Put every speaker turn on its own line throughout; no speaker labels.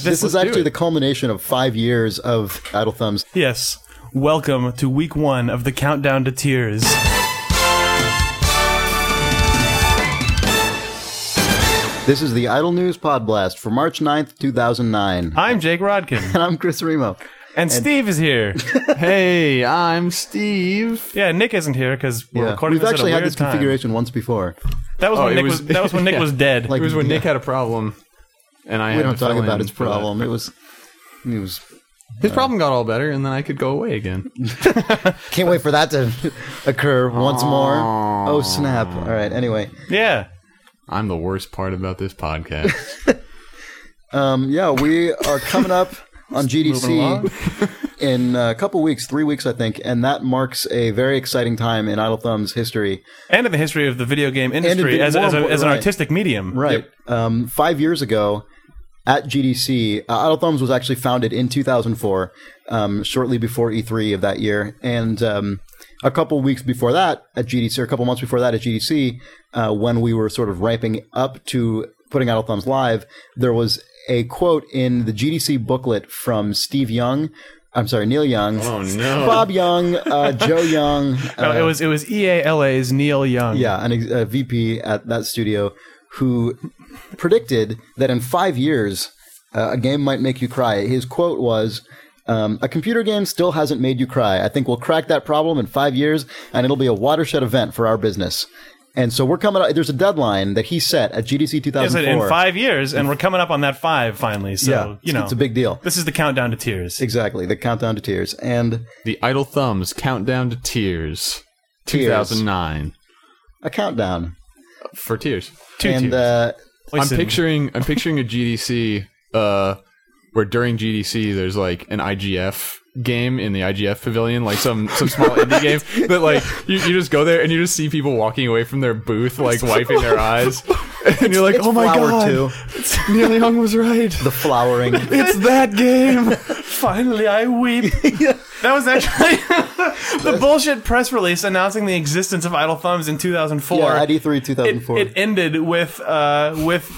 this
let's
is
do
actually
it.
the culmination of five years of Idle Thumbs.
Yes. Welcome to week one of the Countdown to Tears.
This is the Idle News Pod Blast for March 9th, 2009.
I'm Jake Rodkin.
And I'm Chris Remo.
And Steve is here.
Hey, I'm Steve.
Yeah, Nick isn't here because we're
Yeah.
recording
We've
this
actually
at a
had
weird
this
time.
configuration once before.
That was
Oh,
when
it
Nick was,
was-
that was when Nick
yeah.
was dead.
Like-
It was when Nick had a problem, and I
We
had
don't
to
talk
fill in
about its
for that.
problem. It was, it was.
His problem got all better, and then I could go away again.
Can't wait for that to occur once more. Oh snap! All right. Anyway,
yeah.
I'm the worst part about this podcast.
um, yeah, we are coming up on
Moving along.
GDC in a couple weeks, three weeks, I think, and that marks a very exciting time in Idle Thumb's history.
And in the history of the video game industry
the-
as, as, a,
more-
as an
right.
artistic medium.
Right. Um, five years ago at GDC, uh, Idle Thumbs was actually founded in 2004, um, shortly before E3 of that year. And um, a couple weeks before that at GDC, or a couple months before that at GDC, uh, when we were sort of ramping up to putting Idle Thumbs live, there was a quote in the GDC booklet from Steve Young. I'm sorry, Neil Young.
Oh, no.
Bob Young, uh, Joe Young.
No,
uh,
Oh, it was it was E EALA's Neil Young.
yeah, an ex- a VP at that studio who predicted that in five years uh, a game might make you cry. His quote was. Um, a computer game still hasn't made you cry. I think we'll crack that problem in five years, and it'll be a watershed event for our business. And so we're coming. Out, there's a deadline that he set at GDC
Is it
2004.
in five years, and we're coming up on that five finally. So
Yeah,
you know,
it's a big deal.
This is the countdown to tears.
Exactly, the countdown to tears. And
the Idle Thumbs Countdown to Tears,
Tears.
2009
a countdown.
for Tears.
Two
and
tears.
Uh,
I'm
Listen,
picturing I'm picturing a GDC uh where during GDC there's like an IGF game in the IGF pavilion, like some some small indie game that like you, you just go there and you just see people walking away from their booth like wiping their eyes. And you're like,
it's
oh my
Flower
god,
2,
Neil Young was right.
the flowering.
It's that game.
Finally, I weep. That was actually the bullshit press release announcing the existence of Idle Thumbs in 2004.
yeah, at E3
it,
2004.
it ended with uh, with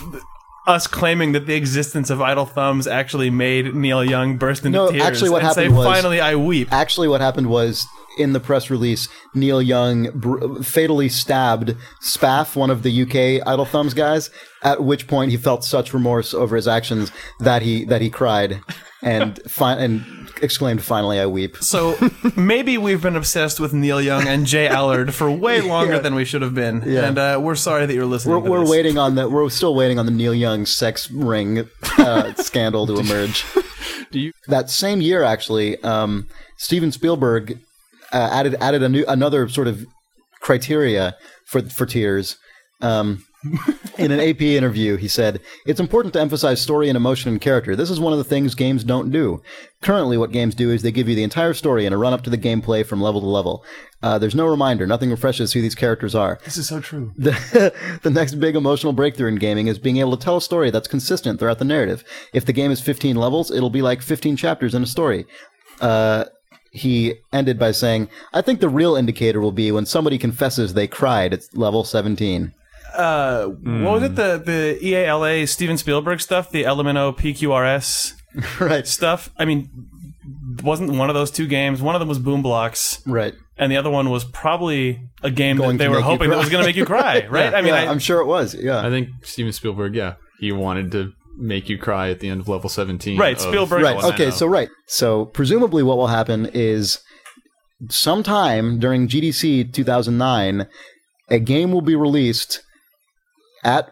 us claiming that the existence of Idle Thumbs actually made Neil Young burst into
No,
tears.
actually what
and say,
happened was-
"Finally, I weep."
actually what happened was in the press release neil young br- fatally stabbed spaff one of the uk idle thumbs guys at which point he felt such remorse over his actions that he that he cried and fi- and exclaimed finally i weep
So maybe we've been obsessed with Neil Young and Jay Allard for way longer than we should have been, and uh, we're sorry that you're listening.
we're,
to
we're
this.
waiting on the we're still waiting on the neil young sex ring uh, scandal to emerge
Do you-
that same year actually um, steven spielberg uh, added added a new another sort of criteria for for tears um, in an AP interview, he said, It's important to emphasize story and emotion and character. This is one of the things games don't do. Currently, what games do is they give you the entire story and a run up to the gameplay from level to level. Uh, there's no reminder, nothing refreshes who these characters are.
This is so true.
The, the next big emotional breakthrough in gaming is being able to tell a story that's consistent throughout the narrative. If the game is 15 levels, it'll be like 15 chapters in a story. Uh, he ended by saying, I think the real indicator will be when somebody confesses they cried at level 17.
Uh, What was it? The the E EALA Steven Spielberg stuff, the LMNO PQRS
right.
stuff. I mean, wasn't one of those two games? One of them was Boom Blocks,
Right.
and the other one was probably a game
Going
that they
to
were
make you
hoping that was
cry.
going to make you cry, right? I mean,
yeah, I,
I,
am sure it was.
I
Yeah.
think Steven Spielberg, yeah. He wanted to make you cry at the end of level seventeen.
right?
of-
Spielberg.
Right. Oh.
was-
Okay. So, right. So, presumably, what will happen is sometime during GDC 2009, a game will be released at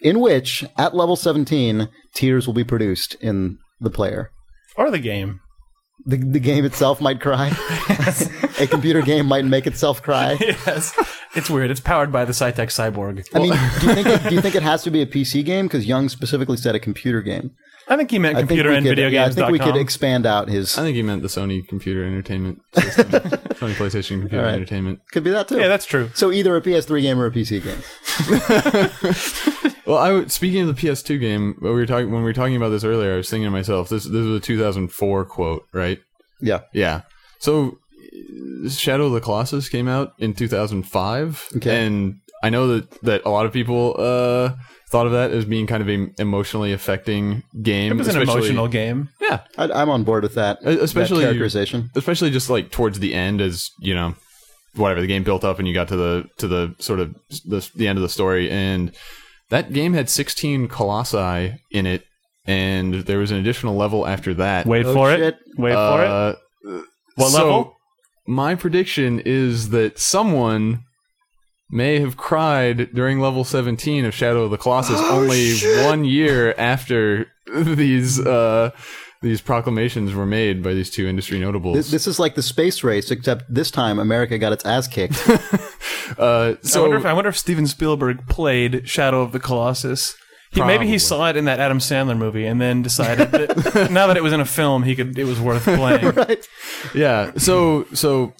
in which at level 17 tears will be produced in the player.
or the game.
The, the game itself might cry. a computer game might make itself cry.
yes, it's weird. It's powered by the Cytec Cyborg.
I mean, do you think it, do you think it has to be a PC game? Because Young specifically said a computer game.
I think he meant computer
I
and
think we could,
video
yeah, I
games.
think we could expand out his.
I think he meant the Sony Computer Entertainment System. Sony PlayStation Computer
All right.
Entertainment.
Could be that too.
yeah, that's true.
So either a PS3 game or a PC game.
Well, I w- speaking of the PS2 game, we were talking when we were talking about this earlier. I was thinking to myself, this this was a 2004 quote, right?
Yeah.
Yeah. So, uh, Shadow of the Colossus came out in 2005,
Okay.
and I know that that a lot of people uh thought of that as being kind of an emotionally affecting game.
It was an
especially-
emotional game.
yeah,
I, I'm on board with that.
E- especially-
that characterization.
especially just like towards the end as you know whatever the game built up and you got to the to the sort of the, the end of the story and that game had 16 colossi in it and there was an additional level after that
Wait
Oh,
for
shit.
it. Wait for it.
Uh,
What
so,
level?
my prediction is that someone may have cried during level 17 of Shadow of the Colossus
Oh,
only one year after these uh, these proclamations were made by these two industry notables.
This, this is like the space race, except this time America got its ass kicked.
uh,
I
so
wonder if I wonder if Steven Spielberg played Shadow of the Colossus. He, maybe
Probably.
he saw it in that Adam Sandler movie and then decided that now that it was in a film, he could it was worth playing.
right?
yeah so so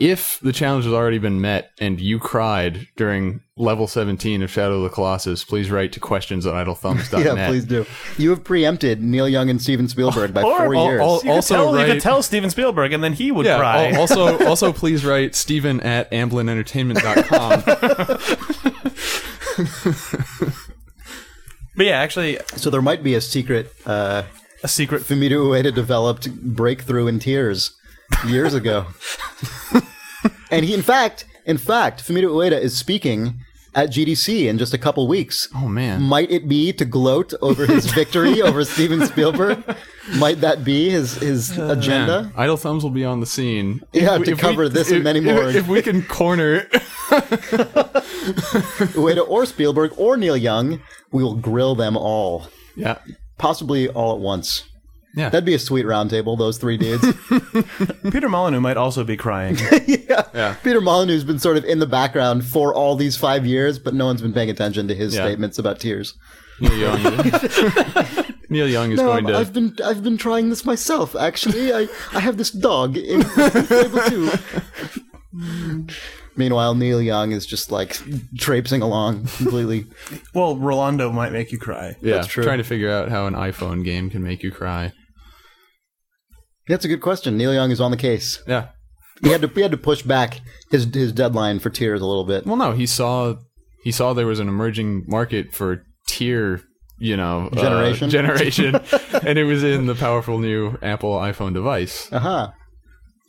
if the challenge has already been met and you cried during level 17 of shadow of the colossus please write to questions at idlethumbs.net
Yeah, please do. You have preempted Neil Young and Steven Spielberg by
Or
four
al-
years.
al-
You could
Also,
tell, you
right-
could tell Steven Spielberg, and then he would
yeah,
cry.
al- also also please write steven at amblinentertainment.com
but yeah, actually,
so there might be a secret uh,
a secret.
Fumito Ueda developed breakthrough in tears years ago. and he, in fact, in fact, Fumito Ueda is speaking at GDC in just a couple weeks.
oh man
Might it be to gloat over his victory over Steven Spielberg? Might that be his his agenda?
Uh, Man, Idle Thumbs will be on the scene.
Yeah,
If we-
to
if we-
cover this and
if-
many more.
If, if we can corner,
Ueda or Spielberg or Neil Young, we will grill them all,
yeah,
possibly all at once.
yeah,
That'd be a sweet roundtable. Those three dudes.
Peter Molyneux might also be crying.
Peter Molyneux's been sort of in the background for all these five years, but no one's been paying attention to his
Yeah.
statements about tears.
Neil Young. Neil Young is
No,
going
I'm-
to.
Um, I've been I've been trying this myself. Actually, I, I have this dog in table two. Meanwhile, Neil Young is just like traipsing along completely.
well, Rolando might make you cry.
yeah,
that's true.
trying to figure out how an iPhone game can make you cry.
That's a good question. Neil Young is on the case.
Yeah,
He had to he had to push back his his deadline for tears a little bit.
Well, no, he saw he saw there was an emerging market for tier, you know, uh,
Generation?
generation, and it was in the powerful new Apple iPhone device.
Uh huh.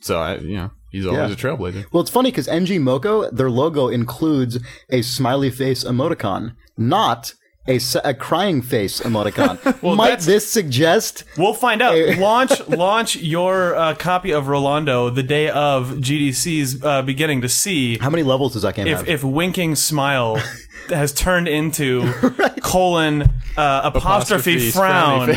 So I, you know, he's always
Yeah.
a trailblazer.
Well, it's funny because NG Moco, their logo includes a smiley face emoticon, not a, s- a crying face emoticon. Might
that's-
this suggest?
We'll find out. launch, launch your uh, copy of Rolando the day of GDC's uh, beginning to see
How many levels does that game
if,
have?
if winking smile has turned into colon uh, apostrophe,
Apostrophe,
frown.
frowny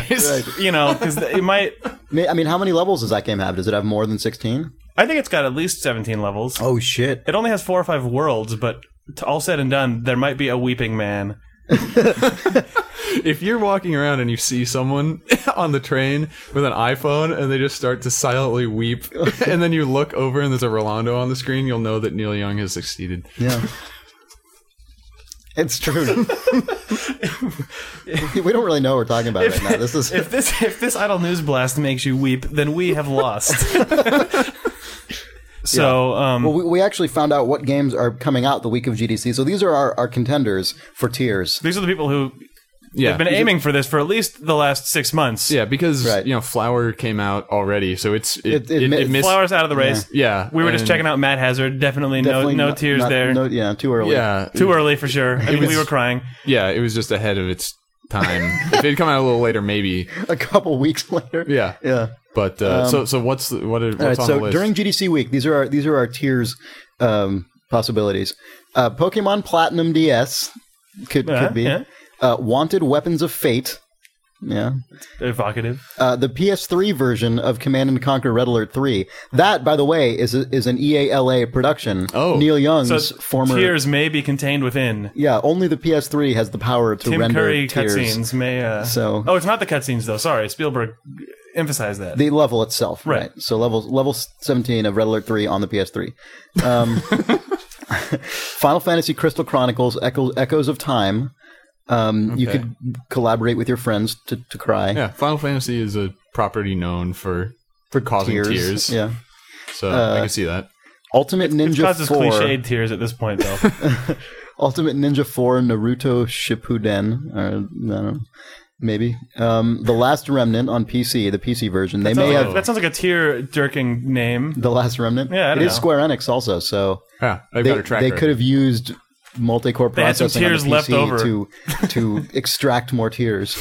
face.
You know, because it might.
Ma- I mean, how many levels does that game have? Does it have more than sixteen?
I think it's got at least seventeen levels.
Oh shit!
It only has four or five worlds, but to all said and done, there might be a weeping man.
If you're walking around and you see someone on the train with an iPhone and they just start to silently weep, and then you look over and there's a Rolando on the screen, you'll know that Neil Young has succeeded.
Yeah. It's true. we don't really know what we're talking about right now. This is
If this if this idle news blast makes you weep, then we have lost. so, um,
Well, we, we actually found out what games are coming out the week of GDC. So these are our, our contenders for tiers.
these are the people who
Yeah,
have been aiming for this for at least the last six months.
yeah, because
Right.
you know, Flower came out already, so it's it
It-
it,
it
it,
mi-
missed.
Flowers out of the race.
yeah,
We were just
and-
checking out Matt Hazard. Definitely, no,
Definitely
no
not-
tears
not-
there.
no- yeah, too early.
Yeah,
Too early for sure. I mean, we were crying.
Yeah, it was just ahead of its time. if it'd come out a little later, maybe.
a couple weeks later.
Yeah,
Yeah.
But uh, so so what's the- what are,
Um,
what's
All right.
on the
So
list?
during GDC week, these are our these are our tiers um, possibilities. Uh, Pokemon Platinum DS could
Uh,
could be
yeah.
uh, Wanted Weapons of Fate. Yeah.
Evocative.
Uh, the PS3 version of Command and Conquer Red Alert 3. That, by the way, is a, is an EALA production.
Oh.
Neil Young's
So
former.
tears may be contained within.
Yeah, only the PS3 has the power to
Tim
render
Curry
tears.
cutscenes may. Uh,
So-
oh, it's not the cutscenes though. Sorry, Spielberg emphasized that.
the level itself, right?
Right.
So level level seventeen of Red Alert three on the PS3. Um, Final Fantasy Crystal Chronicles: Echo, Echoes of Time. Um, You
Okay.
could collaborate with your friends to, to cry
yeah, Final Fantasy is a property known for for causing tears.
Yeah, Uh,
So I can see that.
Ultimate Ninja
Causes
Four.
cliched tears at this point though.
Ultimate Ninja 4 Naruto Shippuden. Or, I don't know. Maybe. Um, the Last Remnant on PC, the PC version. They may
Sounds like-
have
that sounds like a tear jerking name.
The Last Remnant.
Yeah, I
it
don't
is
know.
Square Enix also, so
Yeah, they've
they,
got a track
they
record.
could have used multi-core
had some
processing on the
tears left
PC
over.
to to extract more tears.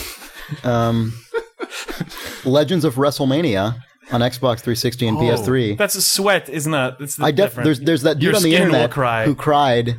Um, Legends of WrestleMania on Xbox 360 and PS3.
Oh, That's a sweat, is not. It's
I def-
different.
there's there's that dude
Your
on the
skin
internet
will cry.
who cried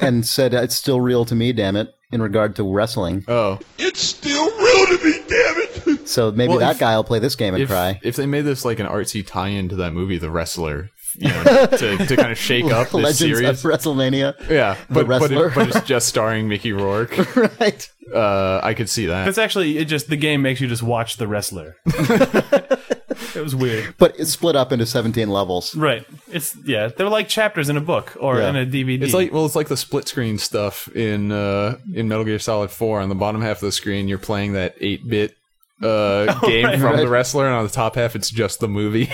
and said "Uh, it's still real to me, damn it, in regard to wrestling.
Uh,
oh,
It's still real to me, damn it!
So maybe
Well,
that
if-
guy will play this game and
if,
cry.
if they made this like an artsy tie-in to that movie, The Wrestler, you know, to, to kind of shake up this
Legends
series.
of WrestleMania.
yeah, but but,
Wrestler.
it, but it's just starring Mickey Rourke.
right.
Uh, I could see that.
That's actually it. Just the game makes you just watch the wrestler. it was weird,
But it's split up into 17 levels.
right? It's yeah. They're like chapters in a book or
Yeah.
in a DVD.
It's like well, it's like the split screen stuff in uh, in Metal Gear Solid Four. On the bottom half of the screen, you're playing that eight bit uh, game from
Oh, right.
the wrestler, and on the top half, it's just the movie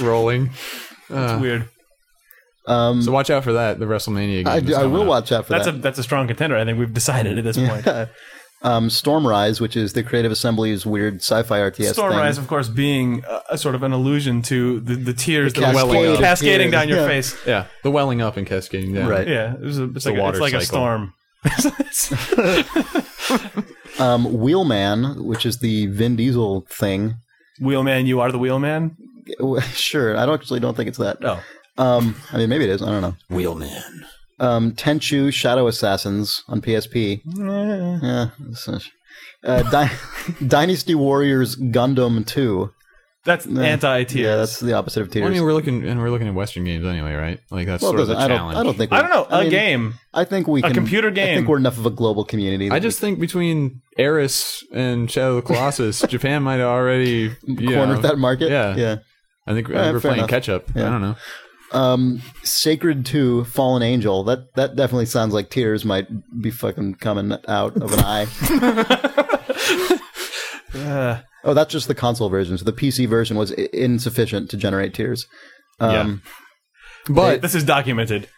rolling. uh,
it's weird.
So watch out for that. The WrestleMania game.
Um, I,
that's
I
coming
will
up.
watch out for
That's
that.
a that's a strong contender. I think we've decided at this point.
um, Stormrise, which is the Creative Assembly's weird sci-fi RTS
Stormrise,
thing.
of course, being a, a sort of an allusion to the, the tears that
cascade
were
of
cascading
tears.
down your
Yeah.
face.
Yeah, the welling up and cascading down.
Right.
Yeah, it was a, it's, like, a,
water
it's like a
cycle.
storm.
Um, Wheelman, which is the Vin Diesel thing.
wheelman, you are the wheelman.
Sure, I don't actually don't think it's that.
No,
Um, I mean, maybe it is. I don't know.
Wheelman.
Um, Tenchu Shadow Assassins on
Eh.
PSP. Yeah. it's a- Uh, Dy- Dynasty Warriors Gundam 2.
that's anti
Yeah,
tears.
that's the opposite of
Well, I
tears.
mean, we're looking and we're looking at Western games anyway, right? Like that's
Well, it
sort of the
doesn't- I
challenge.
don't, I don't think.
I don't know.
a
a game.
I think we
A
can.
computer
I
game.
think we're enough of a global community. that
I just think between Eris and Shadow of the Colossus, Japan might have already
we
you
cornered
know,
that market.
Yeah,
Yeah.
I think I think
Yeah,
we're
fair
playing
enough.
catch up.
Yeah.
I don't know.
Um, Sacred Two, Fallen Angel. That that definitely sounds like tears might be fucking coming out of an eye. oh, that's just the console version. So the PC version was i- insufficient to generate tears. Um,
But
This is documented.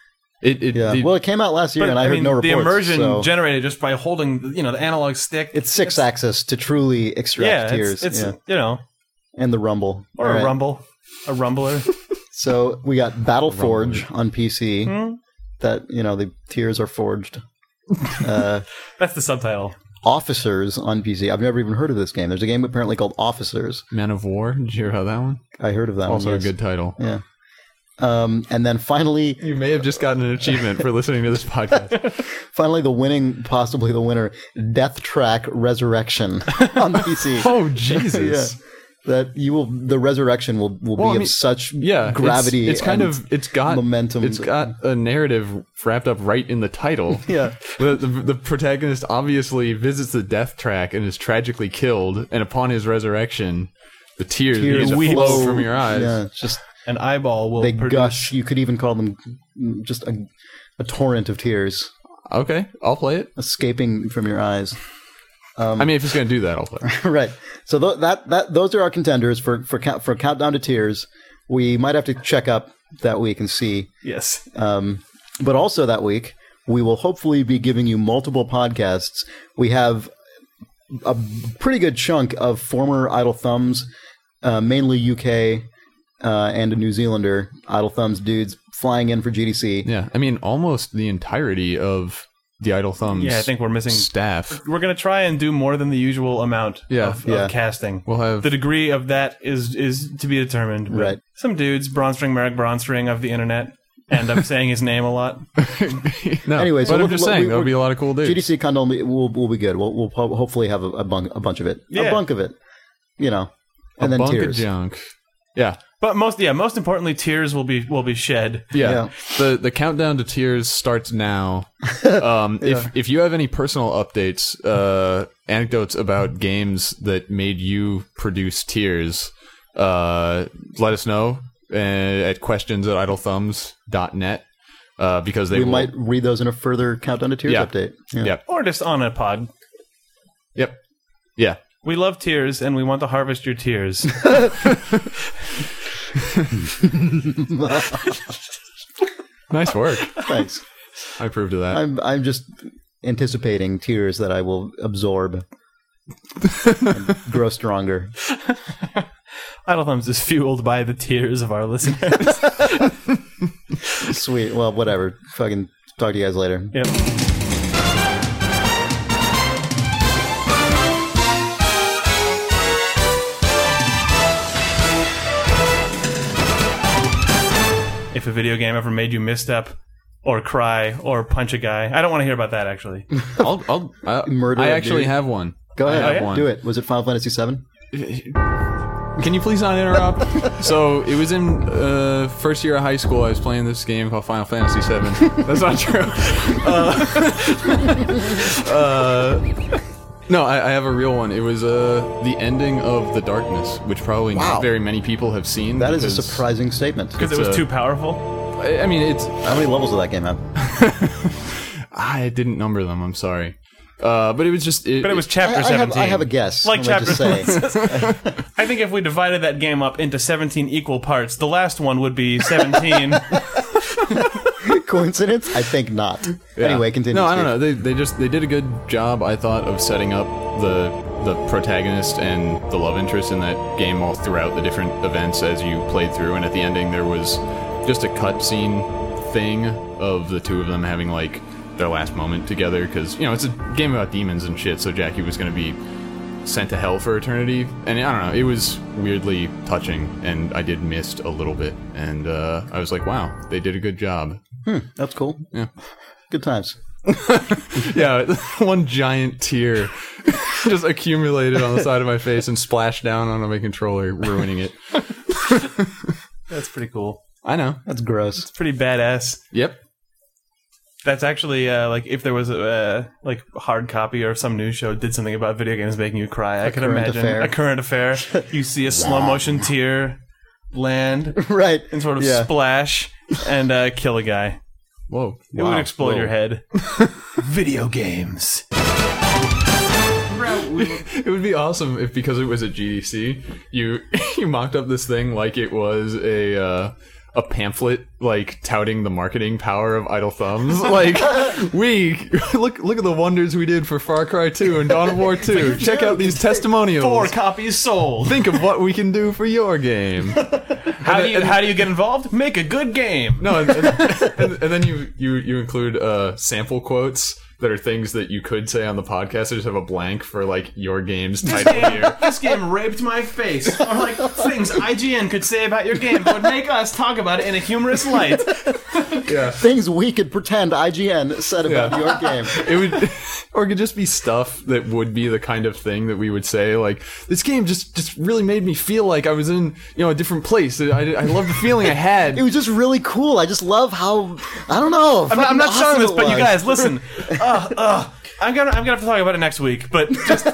it, it,
yeah.
the-
well, it came out last year,
But,
and I, heard
mean,
no reports.
The immersion
so
generated just by holding, you know, the analog stick.
it's six axis to truly extract
yeah,
tears.
it's, it's
yeah.
you know,
and the rumble
or
All
a
right.
rumble, a rumbler.
So we got Battle Forge on PC.
Hmm?
That you know the tears are forged. Uh,
That's the subtitle.
Officers on PC. I've never even heard of this game. There's a game apparently called Officers.
Man of War. Did you hear about that one?
I heard of that.
Also
one,
a
Oh, yes.
good title.
Yeah. Um, and then finally,
You may have just gotten an achievement for listening to this podcast.
finally the winning, possibly the winner, Death Track Resurrection on PC.
oh Jesus!
Yeah. That you will, the resurrection will will
Well,
be
I mean,
of such
yeah it's-
gravity.
it's, kind
and-
of it's got
momentum
it's
that-
got a narrative wrapped up right in the title
Yeah.
the, the, the protagonist obviously visits the death track and is tragically killed and upon his resurrection the tears,
tears
begin to
weeps.
flow from your eyes
Yeah, it's just
An eyeball will
they
produce.
gush. You could even call them just a, a torrent of tears
okay i'll play it
escaping from your eyes. Um,
i mean if it's gonna do that i'll play it.
right. So tho- that that those are our contenders for for count, for countdown to tears. We might have to check up that week and see.
Yes,
Um, but also that week we will hopefully be giving you multiple podcasts. We have a pretty good chunk of former Idle Thumbs, uh, mainly UK uh, and a New Zealander Idle Thumbs dudes flying in for GDC.
yeah i mean almost the entirety of the idle thumbs
Yeah, I think we're missing-
staff
we're gonna try and do more than the usual amount.
Yeah,
of,
yeah.
of casting.
we'll have
the degree of that is is to be determined. but
Right.
Some dudes, Bronstring, Merrick Bronstring of the internet, and I'm saying his name a lot.
no,
Anyway,
but
so
i'm
look-
just
look,
saying
we-
there'll
we-
be a lot of cool dudes
GDC Condom will will be good. We'll we'll ho- hopefully have a, a bunk a bunch of it, a
Yeah.
bunk of it, you know, and
a
then
bunk
tears.
of junk yeah
But most, yeah, most importantly, tears will be will be shed.
Yeah.
Yeah.
The the countdown to tears starts now. Um, if if you have any personal updates, uh, anecdotes about games that made you produce tears, uh, let us know uh, at questions at idlethumbs.net uh, because they
we
will,
might read those in a further countdown to tears
Yeah.
update.
Yeah.
or just on a pod.
Yep. Yeah.
We love tears, and we want to harvest your tears.
Nice work.
Thanks.
I approve to that.
I'm I'm just anticipating tears that I will absorb. and grow stronger.
Idle Thumbs is fueled by the tears of our listeners.
Sweet. Well, whatever. Fucking talk to you guys later.
yep. If a video game ever made you misstep or cry or punch a guy, I don't want to hear about that actually.
I'll, I'll, I,
Murder
I
a
actually
dude.
have one.
Go
Oh,
ahead.
I have one.
Do it. Was it Final Fantasy VII?
Can you please not interrupt? so it was in uh, first year of high school. I was playing this game called Final Fantasy VII. That's not true. Uh, uh, no, I, I have a real one. It was uh, the ending of The Darkness, which probably
Wow.
not very many people have seen.
That is a
because-
surprising statement.
Because it was
a-
too powerful.
I I mean, it's
How many levels did that game have?
I didn't number them. I'm sorry, uh, but it was just.
But it was
I,
chapter
I
17.
have, I have a guess.
Like
Let me just
chapter-
say.
I think if we divided that game up into 17 equal parts, the last one would be 17.
Coincidence? I think not.
Yeah.
Anyway, continue.
No, I don't
Steve.
know. They, they just they did a good job, I thought, of setting up the the protagonist and the love interest in that game all throughout the different events as you played through. And at the ending, there was just a cutscene thing of the two of them having like their last moment together because you know it's a game about demons and shit. So Jackie was going to be sent to hell for eternity, and I don't know. It was weirdly touching, and I did missed a little bit, and uh, I was like, wow, they did a good job.
That's cool.
Yeah.
Good times.
Yeah, one giant tear just accumulated on the side of my face and splashed down onto my controller, ruining it.
That's pretty cool.
I know.
That's gross.
It's pretty badass.
Yep.
That's actually uh, like if there was a uh, like hard copy or some news show did something about video games making you cry. I could
current
imagine
affair.
a current affair. You see a slow motion tear land
Right.
and sort of
Yeah.
splash and uh, kill a guy.
Whoa.
It would explode
Whoa.
your head. video games.
It would be awesome if because it was a GDC, you you mocked up this thing like it was a uh, a pamphlet like touting the marketing power of idle thumbs. Like we look look at the wonders we did for Far Cry 2 and Dawn of War 2. Check out these testimonials.
Four copies sold.
Think of what we can do for your game.
How do you how do you get involved? Make a good game.
No, and, and, and, and then you you you include uh, sample quotes that are things that you could say on the podcast. I just have a blank for like your game's title here.
This game raped my face. Or like things IGN could say about your game that would make us talk about it in a humorous light.
Things we could pretend IGN said about
Yeah.
your game.
It would, or it could just be stuff that would be the kind of thing that we would say. Like this game just just really made me feel like I was in you know a different place. I, I love the feeling I had.
It was just really cool. I just love how I don't know.
I'm not, I'm not selling this, but you guys, listen. uh, uh, I'm gonna I'm gonna have to talk about it next week, but just.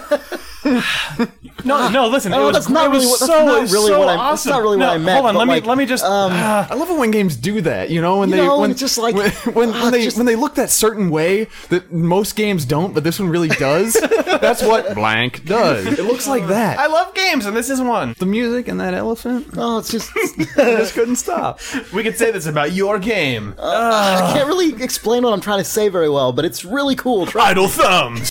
No, no. Listen, it
No,
was,
Oh, that's not
it was
really what- that's
so,
not
it was
really
so
what I- that's
awesome.
not really what
No,
I meant,
Hold on,
but
let
like,
me let me just.
um,
ah,
I love it when games do that, you know, when
You
they
know,
when
it's just like,
when when,
ah,
when they
just-
when they look that certain way that most games don't, but this one really does. that's what blank does. It looks like that.
I love games, and this is one.
the music and that elephant
Oh, it's just
I just couldn't stop.
We could say this about Uh, your game.
I can't really explain what I'm trying to say very well, but it's really cool. Try
Idle thumbs.